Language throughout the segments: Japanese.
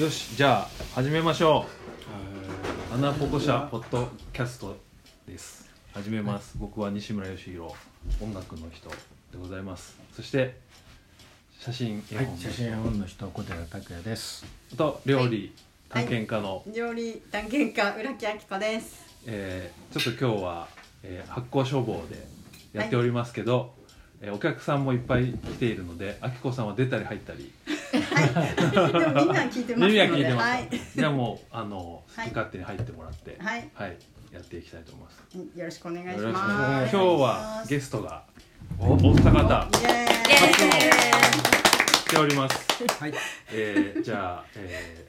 よしじゃあ始めましょうアナポコシャポッドキャストです始めます、僕は西村義弘音楽の人でございますそして写真絵はい本、写真本の人小寺拓也です。と料理探検家の、料理探検家浦木明子です。 えーちょっと今日は、えー発酵処方でやっておりますけど、えーお客さんもいっぱい来ているのであきこさんは出たり入ったりでもみんな聞いてますの耳で、は聞いてます、はい、じゃあもうあの好はいき勝手に入ってもらってはい、はい、やっていきたいと思いますよろしくお願いしよろしくお願まいします。す今日はゲストがおった方イエイエーイ来ております、はい。えー、じゃあ、え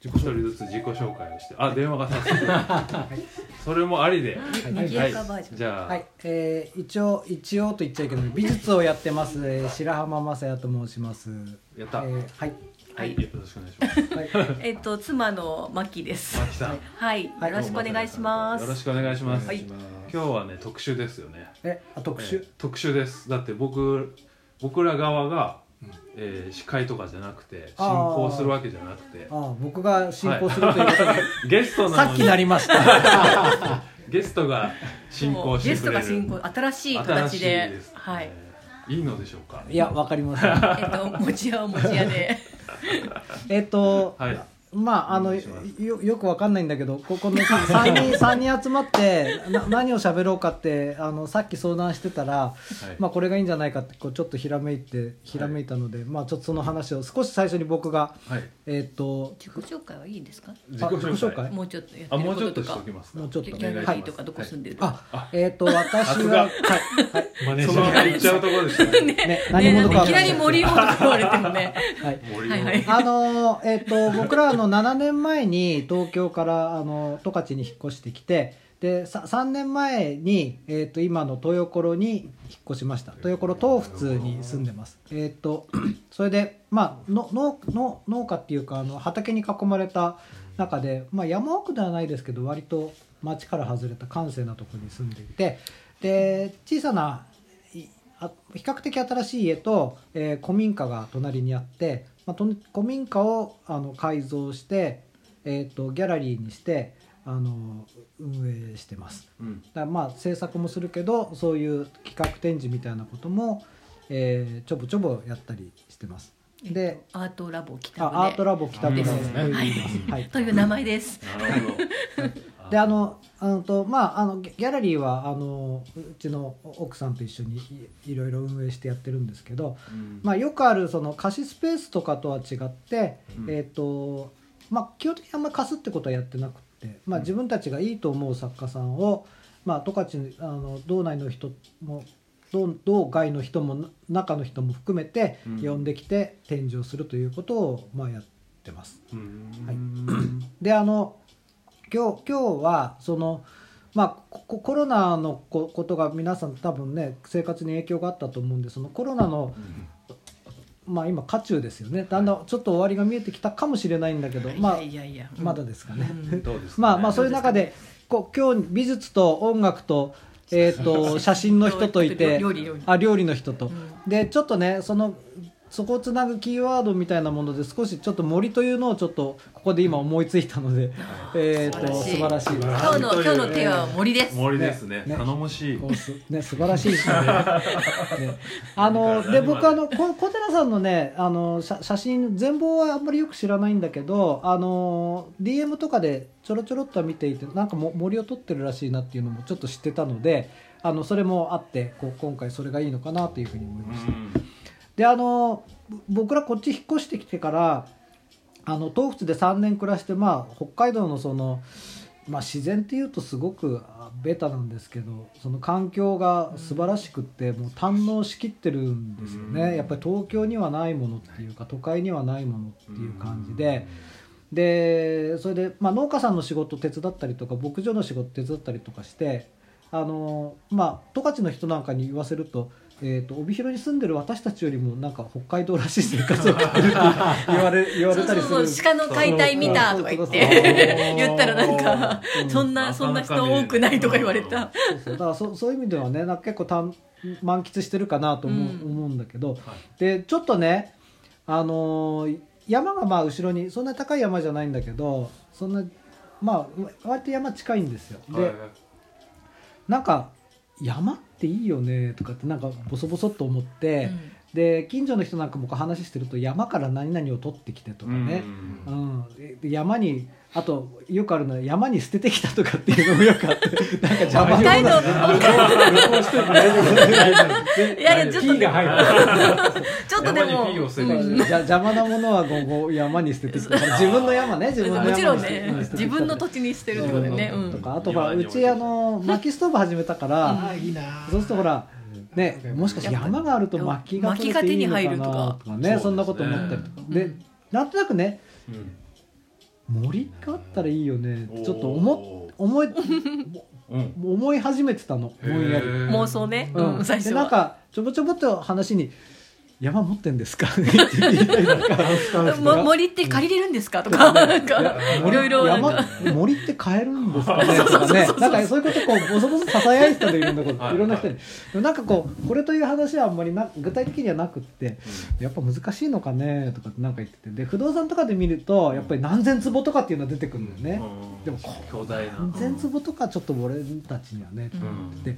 ー、一人ずつ自己紹介をしてあ電話が早速それもありで、にぎやかバージョンじゃあ、はい、えー、一応一応と言っちゃいけない美術をやってます、えー、白浜雅也と申します。やっえた、ー、はいはいよろしくお願いしますはい。 えっと妻のマキです。マキさん、はい、よはいろしくお願いします。よろしくお願いします、はい今日はね特集ですよねえ、あ特え集ー。特集ですだって僕僕ら側が、えー司会とかじゃなくて進あー行するわけじゃなくてああ、僕が進行するということで、 ゲストなさのっにきなりました。ゲストが進行してくれるゲストが進行、新しい新し形いで、ですねはい、いいのでしょうかいや、わかりません。えっと持ち屋を持ち屋で、えっと、はいまああおの願いしますよよくわかんないんだけどここの 3人三人集まってな何を喋ろうかってあのさっき相談してたら、まあ、これがいいんじゃないかってこうちょっとひらめいてひらめいたので、まあ、ちょっとその話を少し最初に僕が、はいえーっと自己紹介はいいですか？自己紹介もうちょっとやってあるもうこちょっととしとかと、きますかもうちょっとキねャラはリいーとかどこ住んでるとか、あえーっと私さは、すはいマネージャーが言っちゃうところですねはい、ね ね何者かなんかわいきかんなないり森本と言われてもね、はい森はいはいあのーえっ、と僕らあの7年前に東京からあの十勝に引っ越してきてでさ3年前に、えっと今の豊頃に引っ越しました豊頃東普通に住んでますえっ、と それでまあののの農家っていうかあの畑に囲まれた中で、まあ、山奥ではないですけど割と町から外れた閑静なところに住んでいてで小さないあ比較的新しい家と、えー古民家が隣にあって、まあ、と古民家をあの改造して、えー、とギャラリーにしてあの運営してますうんだからまあ制作もするけどそういう企画展示みたいなことも、えーちょぼちょぼやったりしてますで、アートラボ北あ部アートでラボ北部のですねと言います、はい、という名前です。なるほど であのあのとまああのギャギャラリーはあのうちの奥さんと一緒にいいろいろ運営してやってるんですけど、うんまあ、よくあるその貸しスペースとかとは違って、うんえっ、とまあ基本的にあんまり貸すってことはやってなくって、まあ、自分たちがいいと思う作家さんを、まあ、十勝あの道内の人も道道外の人もな中の人も含めてうん呼んできて展示をするということを、まあ、やってます。うんはいであの今日今日はそのまあここコロナのこことが皆さん多分ね生活に影響があったと思うんでそのコロナのまあ今渦中ですよねだんだんちょっと終わりが見えてきたかもしれないんだけどまあいやいやいや、まだですかね。うんどうですかねまあまあそういうです中でこう今日美術と音楽とえっと写真の人といて料理料理あ料理の人とうんでちょっとねそのそこをつなぐキーワードみたいなもので少しちょっと森というのをちょっとここで今思いついたので、えー、と素素晴晴ららしい今日の今日のテーマは森です。森ですねね頼もしいこうすね素晴らしいですねねあので僕あのこ小寺さんのねあの写写真全貌はあんまりよく知らないんだけどあの DM とかでちょろちょろっとは見ていてなんかも森を撮ってるらしいなっていうのもちょっと知ってたのであのそれもあってこう今回それがいいのかなというふうに思いうました。んであのぼ僕らこっち引っ越してきてからあの東仏で3年暮らして、まあ、北海道のその、まあ、自然っていうとすごくあベタなんですけどその環境が素晴らしくって、もう堪能しきってるんですよね、うんやっぱり東京にはないものっていうか都会にはないものっていう感じで。でそれで、まあ、農家さんの仕事手伝ったりとか牧場の仕事手伝ったりとかしてあのまあ十勝の人なんかに言わせると,、えー、と帯広に住んでる私たちよりもなんか北海道らしい生活 を送ってるって言われ言わそれうたそりうするそう鹿の解体見たとか言っそうそうそうて言ったらなんかうんそんなそんな人多くないとか言われたそうそうだからそそういう意味ではねなんか結構たん満喫してるかなと思う,、うん思うんだけど、はいでちょっとねあのー山がまあ後ろにそんな高い山じゃないんだけどそんなまあ割と山近いんですよで、はいなんか山っていいよねとかってなんかボソボソっと思っうて、んで近所の人なんかもこう話してると山から何々を取ってきてとかね、うんうんで山にあとよくあるのは山に捨ててきたとかっていうのも よくあってなんか邪魔北海道いやいやちょっキとーでがも入るちょっとで山にピーもを捨ててきうんじゃ邪魔なものはごご山に捨ててき た自分の山ね自分の山もにち捨ろんててきねた自分の土地にしてるってことだよねうとんかあとほら庭にう置いてちあの薪ストーブ始めたから、あいいなそうするとほらねもしかして山があると薪が取れていいのか薪が手に入るとなかとかねそそうですねんなこと思ったりとかうんでなんとなくねうん森があったらいいよねおーちょっと思っ思いうん思い始めてたのぼんやり、へー妄想ねうんうん最初でなんはかちょぼちょぼっと話に「山持ってんですか?」 って聞いたりとかも森って借りれるんですかとかなんかいろいろなん山か森って買えるんですかねとかねなんかそういうことこうボソボソささやいてたといろんなこはといいろんな人にでもなんかこうこれという話はあんまりな具体的にはなくってやっぱ難しいのかねとかってなんか言っててで不動産とかで見るとやっぱり何千坪とかっていうのは出てくるんだよねうんでも巨大な何千坪とかちょっと俺たちにはねうんで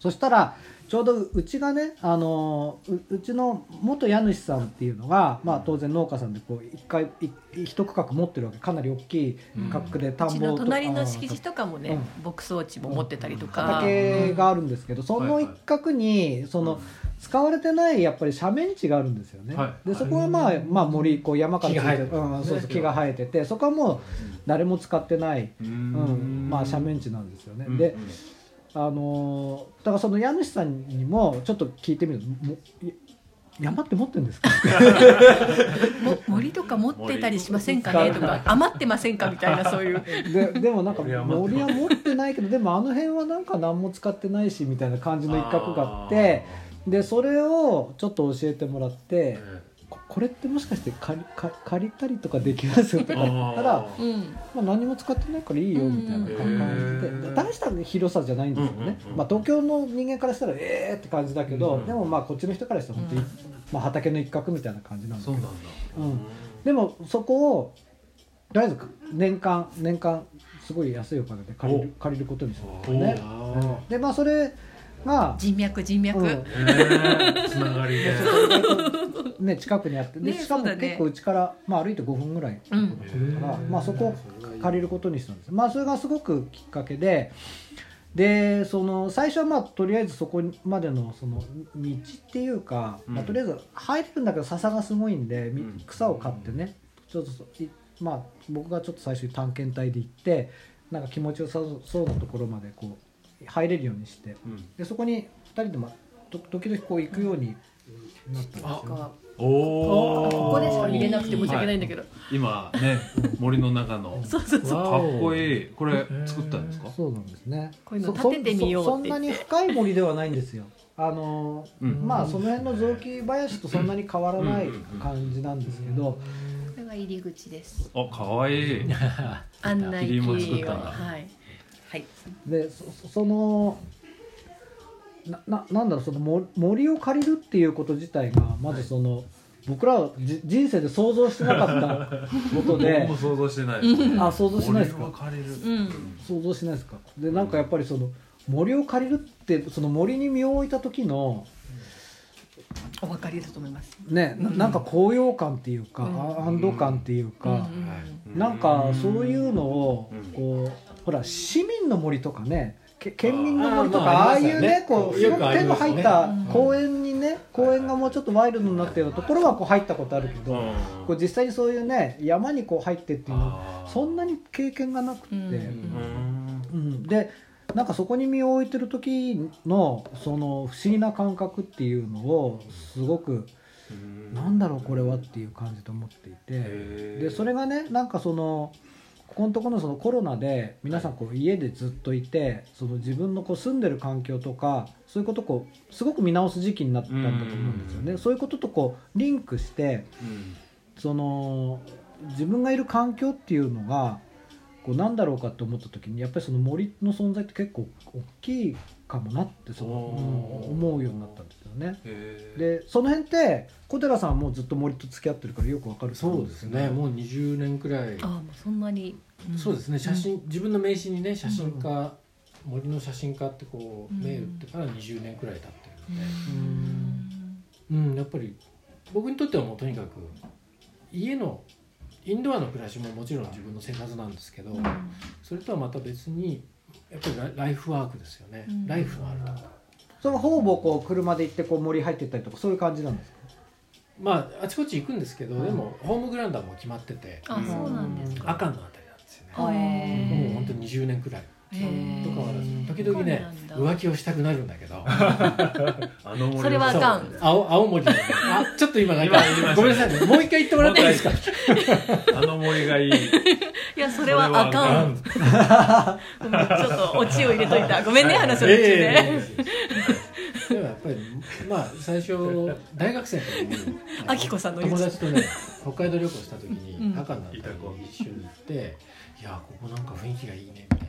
そしたらちょうどうちがねあのううちの元家主さんっていうのが、まあ、当然農家さんでこう一回い一区画持ってるわけかなり大きい区画で田うんんぼうちとかの隣の敷地とかもうねん牧草地も持ってたりとか畑があるんですけどその一角にその使われてないやっぱり斜面地があるんですよね、はいでそこはまあまあ森こう山から木が生えてるうん、そうそう木が生えててそこはもう誰も使ってない、ううんんまあ、斜面地なんですよね、うんであのーだからその家主さんにもちょっと聞いてみるともい山って持ってるんですかも森とか持ってたりしませんかねとか余ってませんかみたいなそういう ででもなんか森は持って森は持ってないけどでもあの辺はなんか何も使ってないしみたいな感じの一角があってでそれをちょっと教えてもらっあてーここれってもしかして借り借借りたりとかできますよとか言ったら、あまうんあ、何も使ってないからいいよみたいな感じでうんうん大した広さじゃないんですよね、うんうんうんまあ、東京の人間からしたらええーって感じだけど、うんうんでもまあこっちの人からしたら本当に、うんまあ、畑の一角みたいな感じなんーでそうなんだうんでもそこをとりあえず年間年間すごい安いお金で借りる借りることにしたんですよね。でまあそれが、人脈人脈、う んつながりでね、近くにあってでねしかもそうだね結構うちから、まあ、歩いて5分ぐらいうんから、まあ、そこを借りることにしたんです。まあ、それがすごくきっかけででその最初はまあとりあえずそこまでのその道っていうか、まあ、うんとりあえず生えてるんだけど笹がすごいんでみうん草を買ってねちょっとそいまあ僕がちょっと最初に探検隊で行ってなんか気持ちよさそうなところまでこう入れるようにしてうんでそこに2人で、まあ、と時々こう行くようになったんですよ。こおおこでしか見れなくて申し訳ないんだけど、今ね森の中の そうそうそうかっこいいいこれ作ったんですかそうなんですね。こういうのそ立ててみようそそってん言っなてに深い森ではないんですよ。あのーうんまあその辺の雑木林とそんなに変わらない感じなんですけど、これが入り口ですあ可愛い案内キリンも作っキーをたんだはい、はい、でそそそのなななんだろうその森森を借りるっていうこと自体がまずその、僕らはじ人生で想像してなかったこと僕 でも想像してないですねあ想像しないです森かは借りるうん想像しないですかでなんかやっぱりその森を借りるってその森に身を置いた時のお分かりだと思いますねななんか高揚感っていうか、うんあ安堵感っていうか。うんうんなんかそういうのをうんこうほら市民の森とかねけ県民の森とかああーまああいうありますよねねこうすよごくくあ手りのますよ入ねったうん公園にね公園がもうちょっとワイルドになってるところはこう入ったことあるけどこう実際にそういうね山にこう入ってっていうのそんななに経験がなくって、うんうんでなんかそこに身を置いてる時のその不思議な感覚っていうのをすごくなんだろうこれはっていう感じと思っていて。でそれがねなんかそのここのところのそのコロナで皆さんこう家でずっといてその自分のこう住んでる環境とかそういうことをこうすごく見直す時期になったんだと思うんですようね。んそういうこととこうリンクしてその自分がいる環境っていうのがこうなんだろうかって思った時にやっぱりその森の存在って結構大きいかもなってそのおーうん思うようになったんですよね。へーでその辺って小寺さんはもうずっと森と付き合ってるからよくわかると思そうですねもう20年くらいああもうそんなに、んそうですね写真、自分の名刺にね写真家、森の写真家ってこううん銘打ってから20年くらい経ってうるので、んうんやっぱり僕にとってはもうとにかく家のインドアの暮らしももちろん自分の生活なんですけど、それとはまた別にやっぱりライライフワークですよね、うんライフのあるところその方々こう車で行ってこう森入ってったりとかそういう感じなんですかまああちこち行くんですけど、うんでもホームグラウンドはもう決まっててあそうなんですか赤のあたりなんですよね、あへもーう本当に20年くらいへーと変わらず時々ねそうなんだ浮気をしたくなるんだけどあの森それはあかんそう青青森のねあちょっと今なんか今言いましたごめんなさいねもう一回言ってもらっていいですか あの森がいいいや それはあかんそれはごめんちょっとオチを入れとい たごめんねはい話の途中えでえでもやっぱりまあ最初大学生の時 にあきこさんの言う友達とね北海道旅行した時にうん赤になったり一緒に行って「いやここなんか雰囲気がいいね」みたいな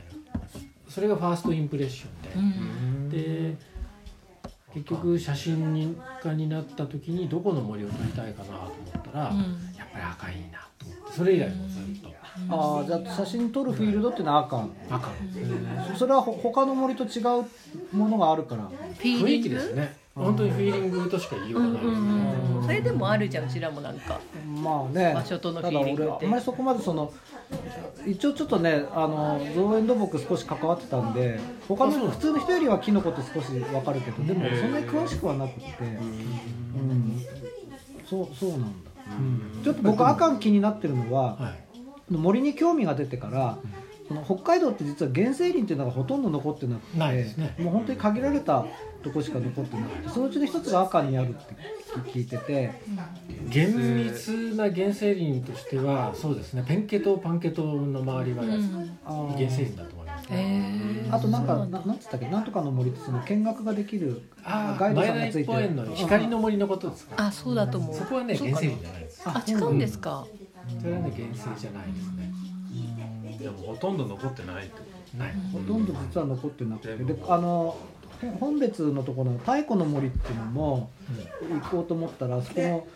それがファーストインプレッションんで、で結局写真家になった時にどこの森を撮りたいかなと思ったら、うんやっぱり赤いいなと思ってそれ以来もずっとああじゃあ写真撮るフィールドってのはあかん赤のそれはほ他の森と違うものがあるからフィー雰リ囲ン気グですね本当にフィーリングとしか言いよううがんないうんうんうんそれでもあるじゃんうちらもなんかまあね場所とのフィーリングただっ俺てあんまりそこまでその一応ちょっとねあの造園土木少し関わってたんで他あそうのなの普通の人よりはキノコって少し分かるけどでもへーそんなに詳しくはなくてうんそうそうなんだうんちょっと僕赤ん気になってるのははい森に興味が出てから、その北海道って実は原生林っていうのがほとんど残ってなくてないですねもう本当に限られたとこしか残ってなくてそのうちの一つが赤にあるって聞いてて厳密な原生林としてはそうですねペンケ島パンケ島の周りはう原んあー生林だと思います、へーあとなんそうかんだななんつったっけなんとかの森ってその見学ができるああガイドさんが前つ田い一て公る園の光の森のことですかあそうだと思うそこはねそう原か生な林じゃないですあ違うんですかそれはね原生じゃないですねでもほとんど残ってないってこないほとんど実は残ってなくて全部であのほ本別のところの太古の森っていうのも行こうと思ったらそこの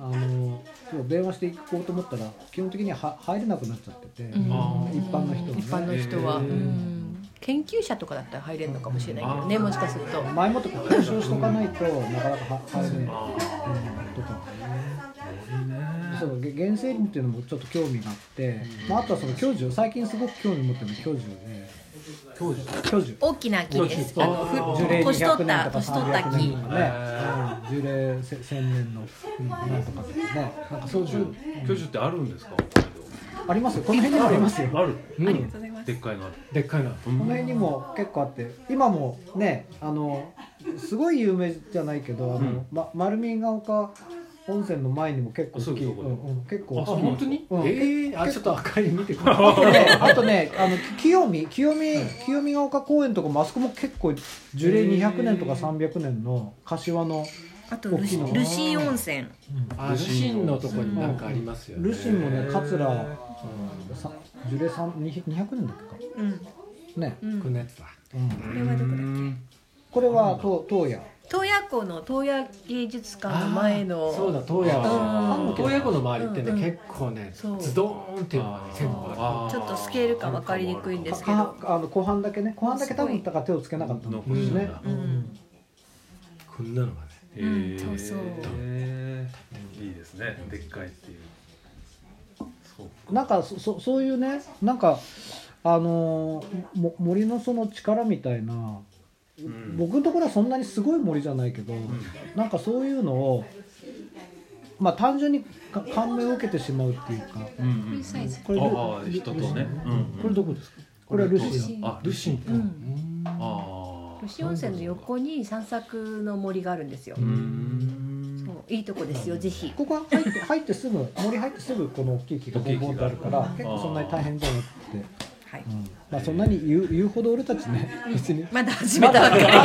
あのそう電話して行こうと思ったら基本的にはは入れなくなっちゃってて、うんあー一般の人はね一般の人はへーうん研究者とかだったら入れるのかもしれないけどねあーもしかすると前もって交渉しとかないとなかなかは入れなあいとかあ森ねそうげ原生林っていうのもちょっと興味があって、まあ、あとはその巨樹最近すごく興味持ってるの巨樹当時で巨樹大きな木ですああのふ樹齢年取200年とったか年取った300年木とかね、うん樹齢せ1000年の、うん、なんとかとかねなんかそういう巨樹ってあるんですかありますよこの辺にもありますよあるうんとうございますでっかいのあるでっかいなこの辺にも結構あって今もねあのすごい有名じゃないけどあの、うんま、丸見ヶ丘温泉の前にも結構大あきい、そういうとこうんうん結構ああ本当に、うんええあちょっと赤い見て くるあとね、あとね、あの清見、清見、清見ヶ丘公園とかもあそこも結構樹齢200年とか300年の柏のあとルシルシー温泉あルシンのとこになんかありますよねルシンもね、桂うさ樹齢3 200年だっけうんかね、うんこんのやつだうん、れはどこだっけこれはと東野洞爺湖の洞爺芸術館の前あのーそうだ洞爺う湖ん洞爺湖の周りってね、うんうん結構ねそうズドーンっていうのがね結構ああーちょっとスケール感わかりにくいんですけかどあの後半だけね後半だけ多分だから手をつけなかったのかもしれないね、残ううんんるこんなのがねへうんーそうそういいですねでっかいっていうそうなんかそそそういうねなんかあのーも森のその力みたいな、うん僕のところはそんなにすごい森じゃないけど、なんかそういうのをまあ単純にか感銘を受けてしまうっていうかうんうんこれああ人とねうんうんこれどこですかこれはルシアあルシンンと、うんあルシー温泉の横に散策の森があるんですよあうーんそういいとこですよぜひここは入って入ってすぐ森入ってすぐこの大きい木がボンボンとあるから大きい木結が構そんなに大変じゃなくて、はいうんまあそんなに言う言うほど俺たちね別にまだ始めたばっかり ま だ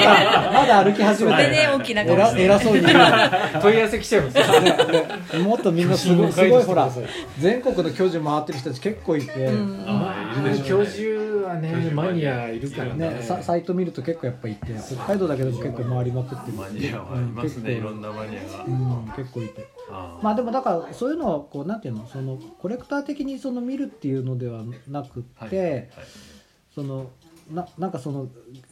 まだ歩き始ごめめてんね大きな顔偉して偉そうに言うな問い合わせ来ちゃいますよもっとみんなすごいすごいほら写真を書いてくださ全国の巨人回ってる人たち結構いて、うんあいるでしょうね教授は教ね授マニアいるからねね、さサイト見ると結構やっぱ行って北海道だけでも結構回りまくってるマニアはいますね、うんいろんなマニアが、うん、結構いてあーまあでもだからそういうのをこうなんていうのそのコレクター的にその見るっていうのではなくはいて、はいそのななんかその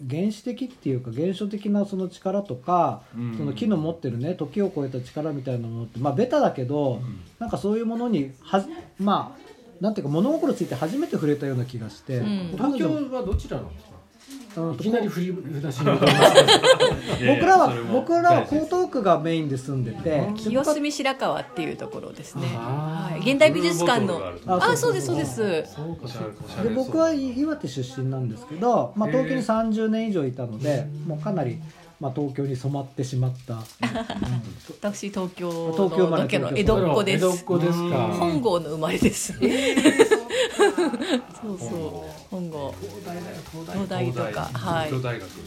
原始的っていうか原初的なその力とか、うんその木の持ってるね時を超えた力みたいなものってまあベタだけど、んなんかそういうものにはじまあなんていうか物心ついて初めて触れたような気がして、うん彼東女も京はどちらなんですかうんいときなり振り出しに戻りますけどいやいや僕らそはれも僕らは大事で江す東区がメインで住んでてうんで清僕は澄白河っていうところですね。あはーい、現代美術館のブルーボトルがある。とあ、そうです、そうです。そうかそうかおしゃれで僕は岩手出身なんですけど、まあ、へえ東京に30年以上いたのでもうかなり、まあ、東京に染まってしまった私東京東京生のまれだけの江東戸っ子で江戸っす。子ですか本郷の生まれです。そ郷うそう、本郷、東大だよ東大東大とか、はい。東そう大学そう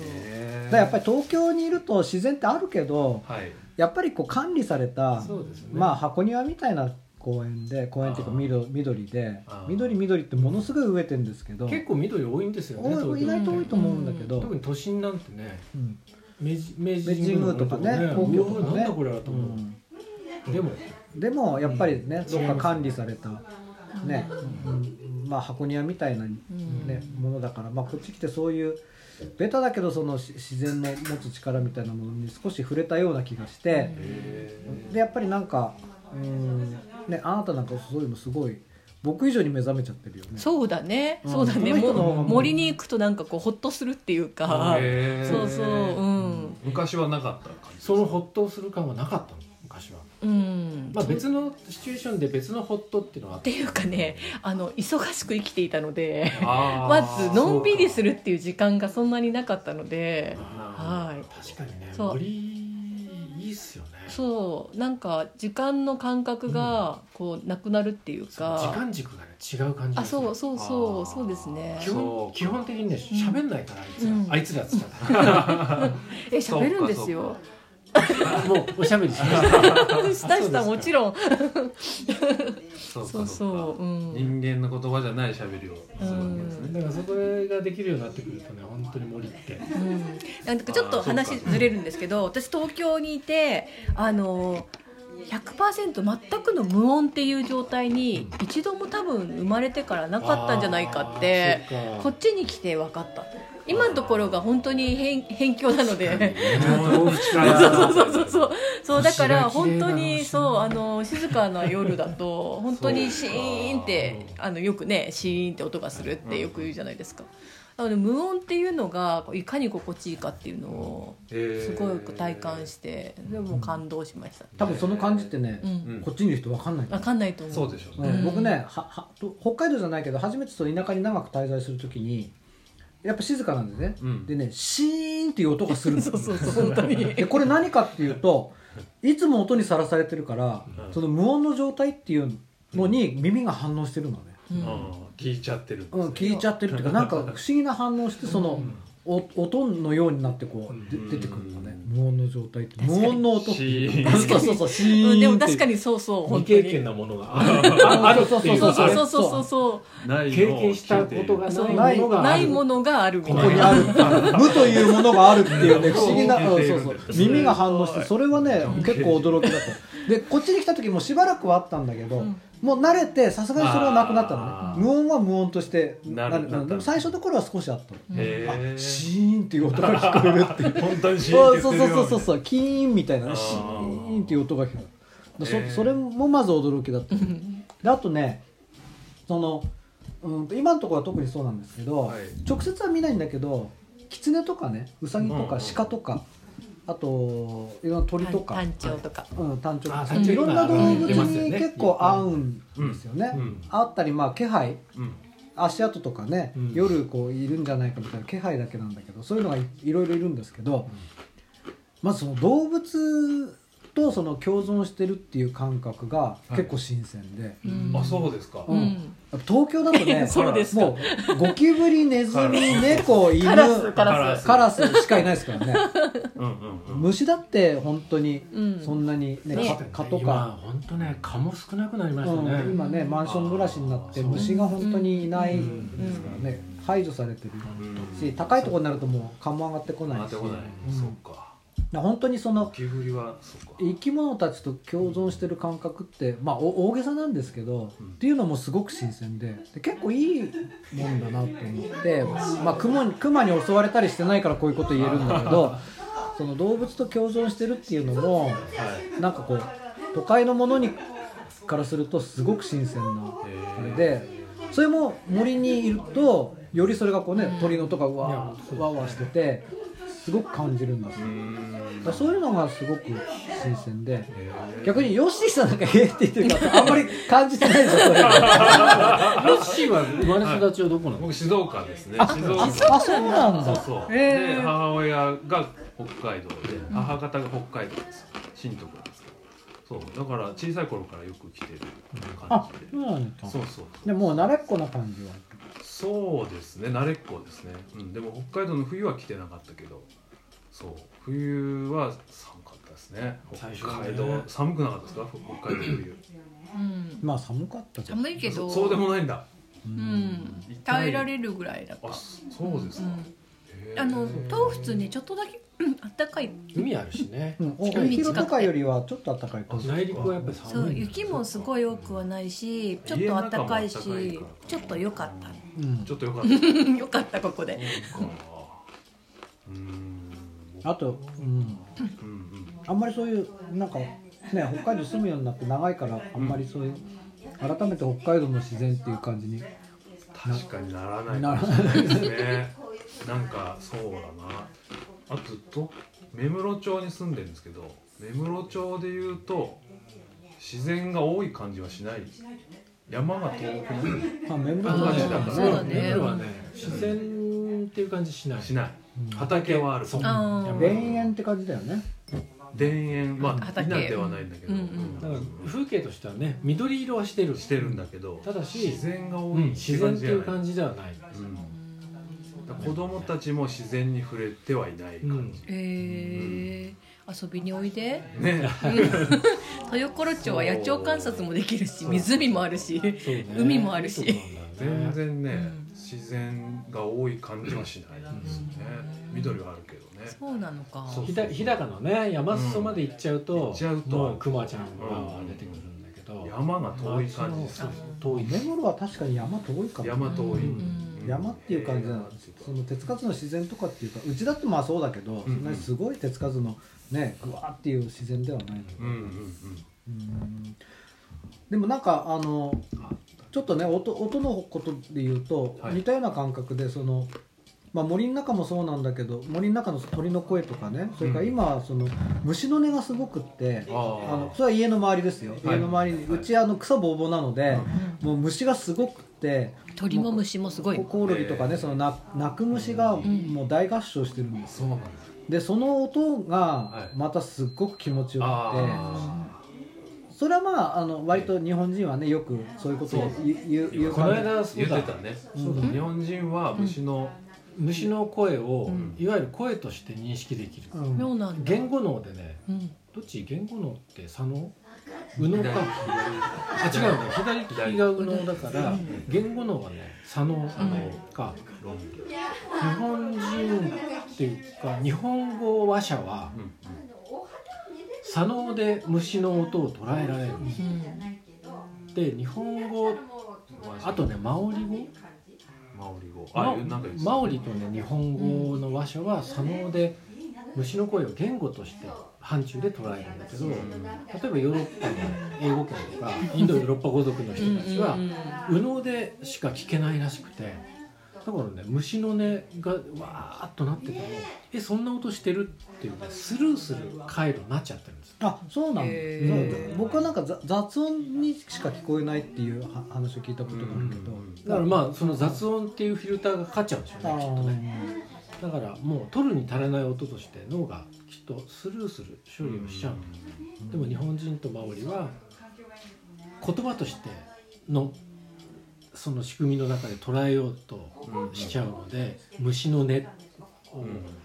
へだーからやっぱり東京にいると自然ってあるけどはいやっぱりこう管理された、そうですねまあ箱庭みたいな公園で公園っていうかあー緑緑であー緑緑ってものすごい植えてるんですけど結構緑多いんですよね多い意外東京と多いと思うんだけど、特に都心なんてねうん明治明治明治神宮とかね東京とかねうわなんだこれはとう思んうでもでもやっぱりね、うんどっか管理された、うんね、うんまあ箱庭みたいな、ねものだから、まあ、こっち来てそういうベタだけどそのし自然の持つ力みたいなものに少し触れたような気がして、でやっぱりなんか、うんね、あなたなんかそういうのすごい僕以上に目覚めちゃってるよね。そうだね、うんそうだね、この人ものう森に行くとなんかこうほっとするっていうか、へーそうそう、うん、昔はな かった感じそのホッとする感はなかったの昔はうん、まあ別っのシチュエーションで別のホッとっていうのはあっていうかね、あの忙しく生きていたので、あーまずのんびりするっていう時間がそんなになかったので、なはい。確かにねそう森いいっすよねそうなんか時間の感覚がこうなくなるっていうそのか、時間軸がね違う感じがあするそうそうそうそうですあねー基本基本的にね喋んないからあいつうら、んあいつらっつったえ喋るんですよら もうおしゃべりしました したしたもちろんるほどそそううかそそううかうん人間の言葉じゃない喋りをするわけですねだからそこができるようになってくるとね本当に森ってうんなんかちょっと話ずれるんですけど私東京にいてあの100%全くの無音っていう状態に一度も多分生まれてからなかったんじゃないかってあーこそっちに来て分かった今のところが本当に 辺辺境なので。 そうそうそうそうそうそうだから星本当が綺麗なのにそうあの静かな夜だと本当にシーンってあのよくねシーンって音がするってよく言うじゃないですか。なので無音っていうのがいかに心地いいかっていうのをすごく体感してでも感動しました。多分その感じってね、うんうんこっちにいる人わかんないわかんないと思う。そうでしょううね、ん、僕ねははと北海道じゃないけど初めてそう田舎に長く滞在するときにやっぱ静かなんですね、うんでねシーンっていう音がするそうそうそう本当に。でこれ何かっていうといつも音にさらされてるから、うんその無音の状態っていうのに耳が反応してるのね、うんうん聞いちゃってるんですうねん、聞いちゃってるっていうかなんか不思議な反応してその、お音のようになってこうでうん出てくるのね無音の状態って確かに無音の音ってシいうーンそうそうそうシーンってうんでも確かにそうそう本当未経験に。なものがああるっていうそうそうあれそうそうそうそう。ない経験したことがそうないものがあるないものがあるみたいこな。こに ある無というものがあるっていうね不思議なそううんそそううそう耳が反応してそれはね結構驚きだったでこっちに来た時もしばらくはあったんだけど、うんもう慣れてさすがにそれはなくなったのあーね無音は無音としてなるなるなったでも最初の頃は少しあったのへえシーンっていう音が聞こえるっていう本当に シーンっそてう言そってるようそうそうそうキーンみたいなあねーシーンっていう音が聞こえるへーそそれもまず驚きだったうんであとねその、うん、今のところは特にそうなんですけど、はい直接は見ないんだけどキツネとかねウサギとうんうんか鹿とか、あといろんな鳥とか単調とか。うん、単調とあか単調いろんな動物出ますよにね結構合うんですよね、うんうんあったりまあ気配うん足跡とかね、うん夜こういるんじゃないかみたいな気配だけなんだけどそういうのがいいろいろいるんですけど、まずその動物とその共存してるっていう感覚がい結構新鮮で、うんあそうですか、ううんん、やっぱ東京だとね そうですかもうゴキブリネズミ 猫犬カラスカラカラスしかいないですからねうんうんうん虫だって本当にうんそんなにね、ね蚊蚊と今か、本当ね蚊も少なくなりましたね、うん、今ねマンション暮らしになってあーそう虫が本当にいないうんですからねうん排除されてるうんし高いところになるともう蚊も上がってこないし待てこない、うんそっか本当にそゴのキブリはそっか生き物たちと共存してる感覚って、まあ、お大げさなんですけど、うんっていうのもすごく新鮮でで結構いいもんだなと思って、まあ、クモにクマに襲われたりしてないからこういうこと言えるんだけどその動物と共存してるっていうのもはいなんかこう都会のものにからするとすごく新鮮なあれでそれも森にいるとよりそれがこうね鳥のとかういやわ本当ーわーわーしててすごく感じるんですうよんだからそういうのがすごく新鮮でえー逆にヨッシーさんなんかええって言ってるからあんまり感じてないでしょ それあヨッシーは生まれ育ちはどこなの、僕静岡ですね静岡あそうなんそうだそう、えでー母親が北海道で、母方が北海道です新徳なんですけどそうだから小さい頃からよく来てる感あじで、そうなんだそうそうでもう慣れっこな感じはそうですね慣れっこですね、うん、でも北海道の冬は来てなかったけどそう冬は寒かったですね最初北はね海道、寒くなかったですか北海道冬うんまあ寒かったけど寒いけどそそうでもないんだううんん、耐えられるぐらいだったあそうですか、へーあの豆腐にちょっとだけうんあったかい海あるしね、うん、お近い昼とかよりはちょっと暖かいあ内陸はやっぱりそ寒うい雪もすごい多くはないしちょっとあったかいし家の中も暖かいからちょっと良かったうんちょっとよかったそうか良かったここでうーんあと、うん、うんうんあんまりそういうなんかね北海道住むようになって長いからあんまりそういう、改めて北海道の自然っていう感じに確かにならないなからもしれないですねなんかそうだなあとと目室町に住んでるんですけど目室町でいうと自然が多い感じはしない山が遠くにまあ面倒あなー話だだかかららそうだねね夜はね自然っていう感じしないしないうん畑はあるそうあー山田園って感じだよね田園まあ畑稲ではないんだけど、うんだから風景としてはね緑色はしてるしてるんだけどただし自然が多いうん、って自いう然感ってじじゃいない、う感じではなうい、んだから子供たちも自然に触れてはいない感じ、えー遊びにおいでね豊頃町は野鳥観察もできるし湖もあるしそうね海もあるしそうなんだよ全然ねね、うん自然が多い感じはしないですね、緑はあるけどねそうなのかそうひだ日高のね山裾まで行っちゃうと,、うん行っちゃうともうクマちゃんが出てくるんだけど、山が遠い感じですそねうそう遠い根ね室は確かに山遠いから、ね、山遠い、うんうん山っていう感じなのその手つかずの自然とかっていうかうちだとまあそうだけど、うんそんなにすごい手つかずのねぐわーっていう自然ではないうんうんうんうんでもなんかあのちょっとね音音のことで言うと、はい似たような感覚でその、まあ、森の中もそうなんだけど森の中の鳥の声とかねそれからうん今はその虫の音がすごくって、ああののそれは家の周りですよ、はい家の周りに、はいうちあの草ぼうぼうなので、うもう虫がすごくってん鳥も虫もすごいココオロギとかねそのな鳴く虫がんもう大合唱してるんですそうなんだでその音がはいまたすっごく気持ちよくて。あそれはまああの割と日本人はねよくそういうことを言う言う言うこの間ーそ言うってだたね、そうだ日本人は虫の、虫の声を、うんいわゆる声として認識できる、うん妙なんだ言語能でねうんどっち言語能って左脳右脳かあ違うね左利きが右脳だから言語能はね左脳か、論理日本人っていうか日本語話者はうんうん左脳で虫の音を捉えられるうんで日本語あとねマオリ語マオリ語あマなんか言ってたマオリとね日本語の話者は左脳で虫の声を言語として範疇で捉えるんだけど例えばヨーロッパの英語圏とかインドヨーロッパ語族の人たちはうん右脳でしか聞けないらしくてだからね虫の音がわーっとなっててもえそんな音してるっていうねスルーする回路になっちゃってるんですあそうなんだ、へーうん僕はなんかざ雑音にしか聞こえないっていうは話を聞いたことがあるけど、うんだからまあその雑音っていうフィルターがかかっちゃうんでしょうねきっとねだからもう取るに足らない音として脳がきっとスルーする処理をしちゃうの、でも日本人とマオリは言葉としてのその仕組みの中で捉えようとしちゃうので、虫の音を、ん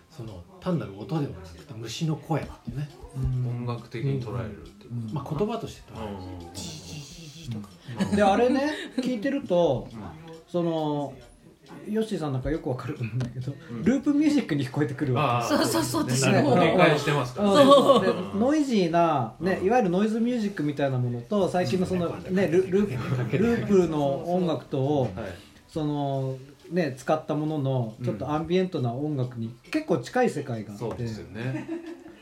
その単なる音ではなくて虫の声っていうね、音楽的に捉えるっていうまあ、言葉として捉える、であれね聞いてるとそのヨッシーさんなんかよくわかると思うんだけど、ループミュージックに聞こえてくるわあーそうそうそうです私ねも警戒してますけ、からそうでノイジーな、ね、いわゆるノイズミュージックみたいなものと最近のその、ね、ルループループの音楽とをはいその、ね、使ったもののちょっとアンビエントな音楽に結構近い世界があそうってですよね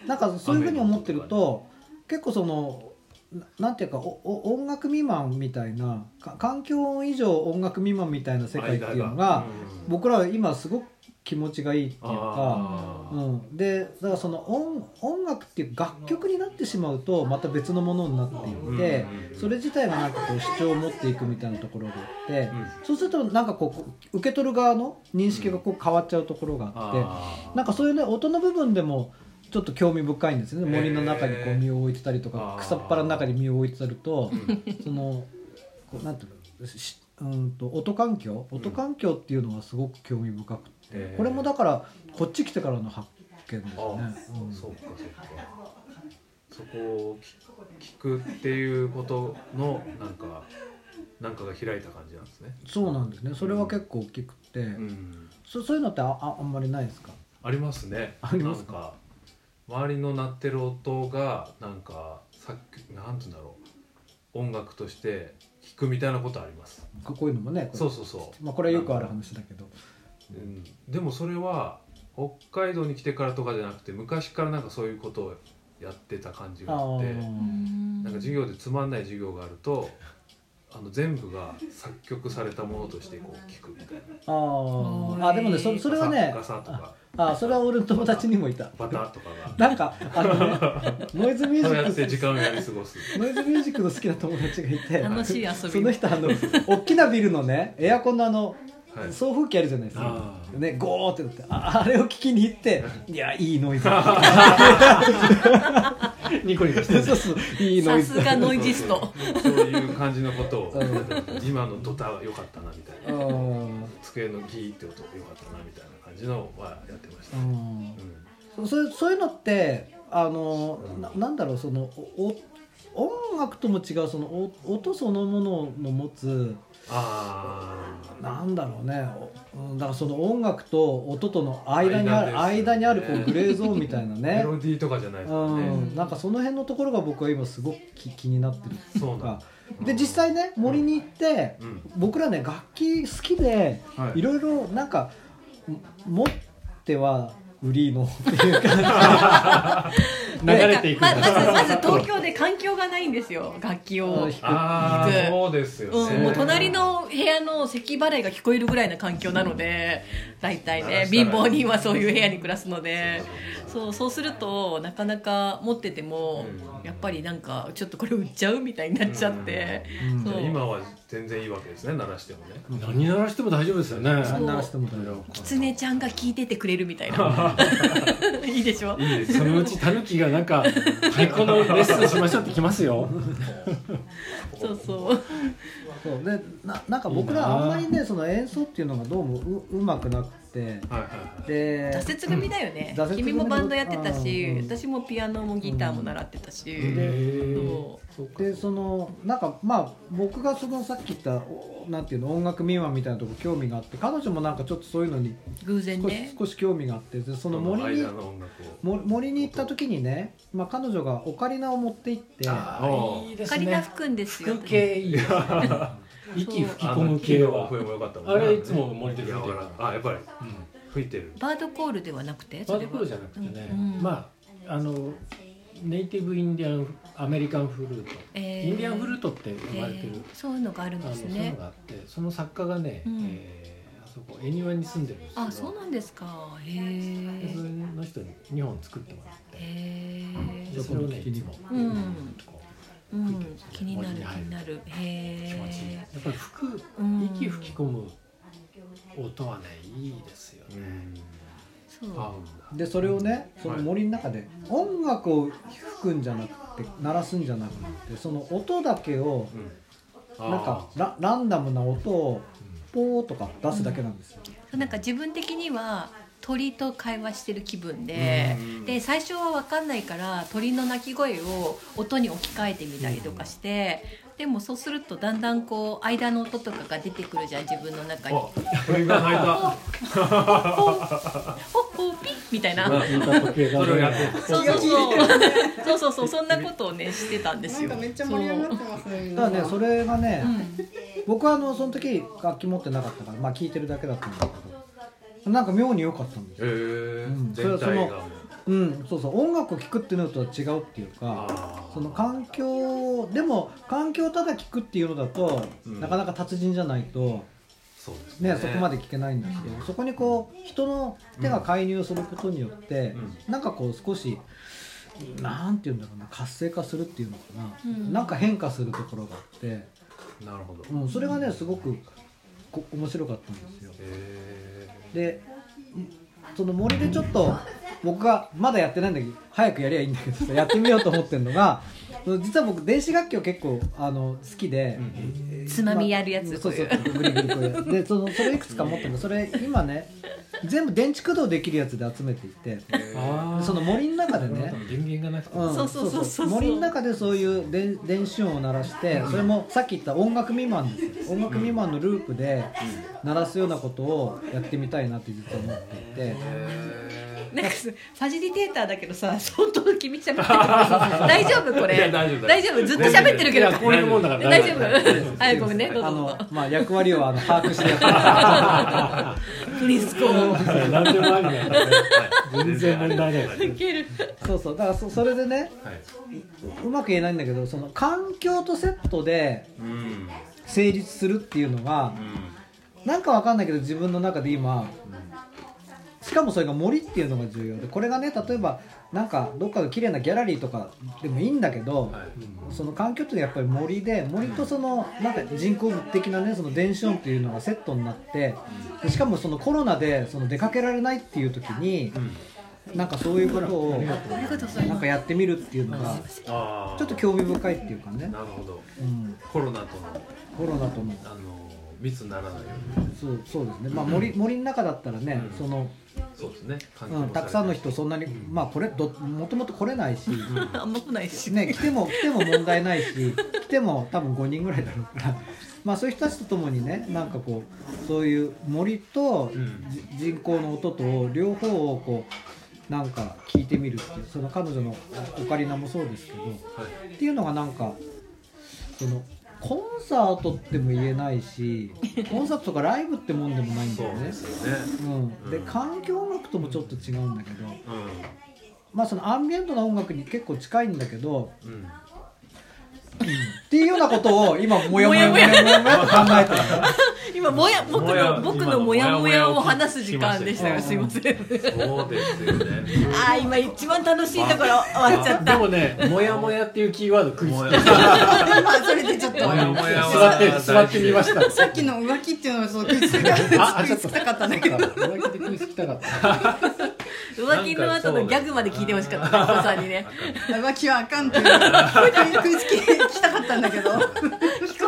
なんかそういうふうに思ってると結構そのななんていうかおお音楽未満みたいなか環境音以上音楽未満みたいな世界っていうのがうん僕らは今すごく気持ちがいいっていうか。あーうん、でだからその音音楽っていう楽曲になってしまうとまた別のものになっていってうんそれ自体がなんかこう主張を持っていくみたいなところがあってそうするとなんかこうこう受け取る側の認識がこう変わっちゃうところがあってあなんかそういうね音の部分でもちょっと興味深いんですよねへー森の中にこう身を置いてたりとあかー草っぱらの中に身を置いてたりとうんそのこうなんていうのしうんと音環境音環境っていうのはすごく興味深くて、へーこれもだからこっち来てからの発見ですねあ、ー、うんそうかそうかそこを聞聞くっていうことのなんかなんかが開いた感じなんですねそうなんですねそれは結構大きくて、うんそそういうのってあああんまりないですかありますねありますかなんか周りの鳴ってる音がなんかさっきなんて言うんだろう音楽として聞くみたいなことありますここういうのもねこれそうそうそうまあ、これはよくある話だけどうんでもそれは北海道に来てからとかじゃなくて昔からなんかそういうことをやってた感じがあってなんか授業でつまんない授業があるとあの全部が作曲されたものとしてこう聞くみたいなあーあーはいでもねそそれはねガサガサとかああそれは俺の友達にもいたバターとかがなんかあの ねノイズミュそうやーっジてッ時ク間をやり過ごすノイズミュージックの好きな友達がいて楽しい遊びその人あの大きなビルのねエアコンのあのはい送風機あるじゃないですかあーねゴーってなってああれを聞きに行っていやいいノイズ ニコニコしてそうそういいノさイズすがノイジ ストそういう感じのことをう今のドタは良かったなみたういなん机のギーって音良かったなみたいな感じのはやってました、ううんんそそうそういうのってあのななんだろうそのおお音楽とも違うそのお音そのものの持つあなんだろうね、おうんだからその音楽と音との間にある間,、間ですよねにあるこうグレーゾーンみたいなあ メねロディーとかじゃないですうよねん、なんかその辺のところが僕は今すごく気気になってるっていそうなうんかで実際ね森に行って、うん僕らね楽器好きで、はいい、ろいろなんかも持っては売りのっていうか流れていくんまだ、まずまず東京で環境がないんですよ楽器を弾。 あ聞あくそうですよね、うん、もう隣の部屋の咳払いが聞こえるぐらいな環境なので大体ね貧乏人はそういう部屋に暮らすのでそうそうするとなかなか持っててもうんやっぱりなんかちょっとこれ売っちゃうみたいになっちゃってうんじゃあそう今は全然いいわけですね鳴らしてもね何鳴らしても大丈夫ですよねそう鳴らしても大丈夫キツネちゃんが聞いててくれるみたいないいでしょいいですそのうちタヌキがなんか太鼓のレッスンしましょうってきますよそうそうそうでななんか僕らあんまりねその演奏っていうのがどうもううまくなくてはいはいで挫折組だよね挫折組君もバンドやってたしうん私もピアノもギターも習ってたしへそうそうかでそのなんかまあ僕がそのさっき言ったおなんていうの音楽未満みたいなとこ興味があって彼女もなんかちょっとそういうのに偶然少し,、ね少し興味があってでその森に間の音楽をも森に行った時にね、まあ、彼女がオカリナを持って行ってあーいいでオすカリナね吹くんですよ風景いい息吹き込む系あのは木の笛も良かったもんあれいつも森で吹いてる柔らかあやっぱり吹いてるバードコールではなくてバそーれはドコールじゃなくてね、うんまああのネイティブインディアンアメリカンフルート、えインディアンフルーートって呼ばれてる、えーそういうのがあるんあでのすそういうねのがあってその作家がね、うんえーあそこ恵庭に住んでるんですけどあそうなんですかへでそえの人に2本作ってもらってへえでそれをねいつも、うんこうん気になる気森に入るになるうへ気持ちいいやえっぱり吹くうん息吹き込む音はねいいですよね、うんそそうあでそれをねその森の中で音楽を吹くんじゃなくて鳴らすんじゃなくてその音だけをあなんかラランダムな音をポーとか出すだけなんですよ、そうなんか自分的には鳥と会話してる気分でで最初は分かんないから鳥の鳴き声を音に置き換えてみたりとかしてでもそうするとだんだんこう間の音とかが出てくるじゃん自分の中に。あ鳥が鳴いほたほほピッみたいなそれをやってそうそうそうそうそうそうそんなことをねしてたんですなんよ。かめっちゃ盛り上がってますね。みんたなだねそれがね、うん僕はあのその時楽器持ってなかったからまあ聴いてるだけだったんだけどなんか妙に良かったんですよえうんー、それは全そ体のがもううんそうそう音楽を聴くっていうのとは違うっていうかあーその環境をでも環境をただ聴くっていうのだと、うんなかなか達人じゃないとそうですねねそこまで聴けないんですけどそこにこう人の手が介入することによって、なんかこう少しなんて言うんだろうな活性化するっていうのかな、うんなんか変化するところがあって、なるほどうん、それがねすごくこ面白かったんですよえでその森でちょっと僕がまだやってないんだけど早くやりゃいいんだけどさやってみようと思ってるのが その実は僕電子楽器を結構あの好きで、ー、つまみやるやつそうそうグリグリこういうやつでそのそれいくつか持ってるのそれ今ね全部電池駆動できるやつで集めていてえー、あその森の中でね電源がなくてうんそうそうそうそう森の中でそういう電電子音を鳴らしてそれもさっき言った音楽未満ですよ音楽未満のループで鳴らすようなことをやってみたいなって実は思っていてえなんかすファシリテーターだけどさ相当君喋ってるから大丈夫これいや大丈夫大丈夫ずっと喋ってるけどいやこういうもんだから大丈 夫はいごめんねどうぞあどうのぞ、まあ、役割をあの把握してやってますクリスコ何でもありなんだね全然問題ないですいける そうそうだからそそれでねー、はいうまく言えないんだけどその環境とセットでうん成立するっていうのがなんかわかんないけど自分の中で今しかもそれが森っていうのが重要でこれがね例えばなんかどっかの綺麗なギャラリーとかでもいいんだけど、うんはいその環境っていうのはやっぱり森で森とそのなんか人工物的なねその電子音っていうのがセットになってでしかもそのコロナでその出かけられないっていう時にうんなんかそういうことをありがとうございなまんすかやってみるっていうのがあーちょっと興味深いっていうかねな、るほどうん、コロナとのコロナとのあの密にならないよそうそうですね、まあ、森森の中だったらね、うんそのうにそうですね環境うもん、されてたくさんの人そんなに、まあこれどもともと来れないし、あんま来ないしね、来ても 来ても問題ないし来ても多分5人ぐらいだろうから、 まあ、そういう人たちと共にねなんかこうそういう森と、うんじ人工の音と両方をこうなんか聞いてみるっていうその彼女のオカリナもそうですけどはいっていうのがなんかそのコンサートっても言えないしコンサートとかライブってもんでもないんだよそうねで。すよねうん、でうん環境音楽ともちょっと違うんだけど、うまあ、そのアンビエントな音楽に結構近いんだけどんうんっていうようなことを今モヤモヤモヤモヤモヤと考えてる今もや僕もやの僕のモヤモヤを話す時間でしたよすい今まのせんそうですよね。あー今一番楽しいところ終わっちゃっでたもね「もやもや」っていうキーワード食いつも きや今それでちょっともやもや座はって座ってみまし たさっきの浮気っていうのをそう食いつきたああちょっとかったんだけど。浮気で食いつきたかった浮気の後のギャグまで聞いてほしかったねお子さんにね浮気はあかんっていう食いつききたかったんだけど。聞こ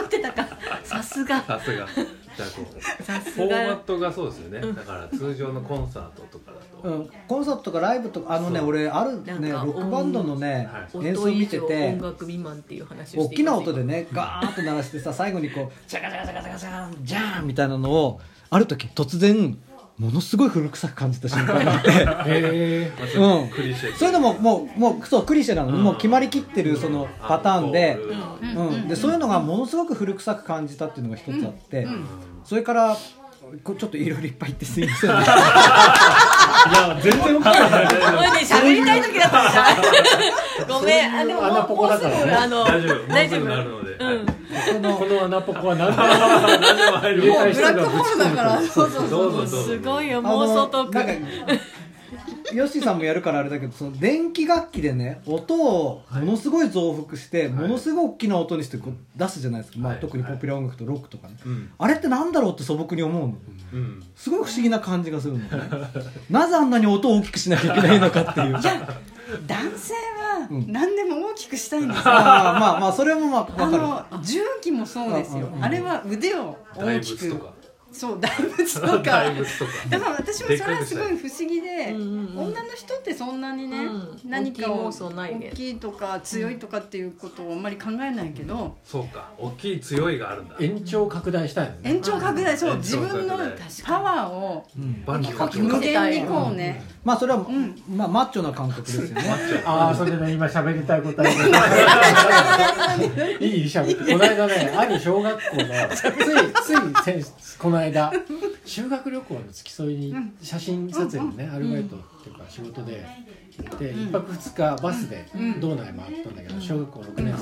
えてたかさすがさすが。だこうさフすォーマがットがそうですよね。だから通常のコンサートとかだうと。ん、コンサートとかライブとかあのねそう俺あるなんねかロックバンドのねはい演奏見て音以上て音楽未満っていう話をし大てきいまなす音でねガーッと鳴らしてさ最後にこうジャカジャカジャカジャカジャンジャーンみたいなのをある時突然ものすごい古臭く感じた瞬間があってへまあうんクリシェ。そういうのももうもうそうクリシェなの、うんもう決まりきってるそのパターンで。うんうん、でそういうのがものすごく古臭く感じたっていうのが一つあって、それからこちょっといろいろいっぱい言ってすいませんえ全然分かんないごめんね、喋りたい時だったんだ。ごめん、あ、でも、穴ポコだからもうねすぐあの、大丈夫。もうすぐ大丈夫。なるので。うん、そのこの穴ポコは何だ何 でも入る。ブラックホールだから。そうそうどうぞどうぞ。すごいよ、あ妄想のトなんかーク。ヨッシーさんもやるからあれだけどその電気楽器でね音をものすごい増幅して、ものすごい大きな音にしてこう出すじゃないですか、まはあ、い特にポピュラー音楽とロックとかね、うんあれってなんだろうって素朴に思うのうんすごい不思議な感じがす るのねなぜあんなに音を大きくしなきゃいけないのかって いう男性はうん何でも大きくしたいんですよ、ああまあまあそれもまああ分かの重機もそうですよ、うんうんあれは腕を大大き仏くとかそう大仏とか大仏とか だから私もそれはすごい不思議で、うんうんうん女の人ってそんなにね、うん何かを大きい要素ないね大きいとか強いとかっていうことをあんまり考えないけど、そうか大きい強いがあるんだ延長拡大したいのね延長拡大そう延長自拡大分のパワーをる、うんバン大きく無限にこうね、まあそれは、んまあ、マッチョな感覚ですよねああそれね今喋りたいことある いい喋りこの間ね兄小学校のついつい先日この間修学旅行の付き添いに写真撮影にねアルバイトっていうか仕事で行ってん1泊2日バスでうん道内回ったんだけど小学校6年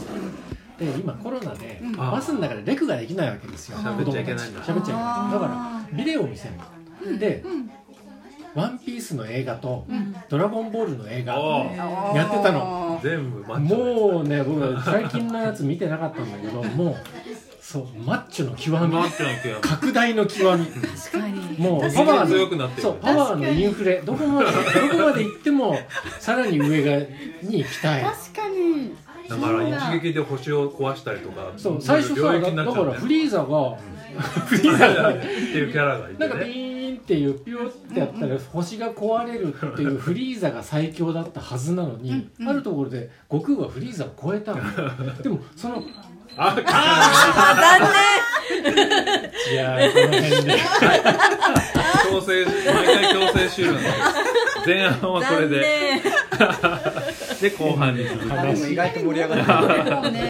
生で今コロナでうんバスの中でレクができないわけですよ喋っちゃいけないんだ子供たち喋っちゃいけないだからビデオを見せるので「ワンピースの映画と「ドラゴンボール」の映画おーやってたの全部マッチョだよもうね僕は最近のやつ見てなかったんだけどもうそうマッチョの極みマッチョなんてや拡大の極み確かにもう確パかにワー強くなってるそうパワーのインフレどこまでどこまで行ってもさらに上がに行きたい確かにだから一撃で星を壊したりとかそう最初さ領だ域になっだちかゃうんらだよフリーザがフリっーザがていうキャラがいなてんかビねーンっていうピューってやったら星が壊れるっていうフリーザが最強だったはずなのにうんあるところで悟空はフリーザを超えたのでもそのああいやーこの辺で強制毎回強制終了なんです前半はこれ残で念で後半に続くでも意外と盛り上がってる もうね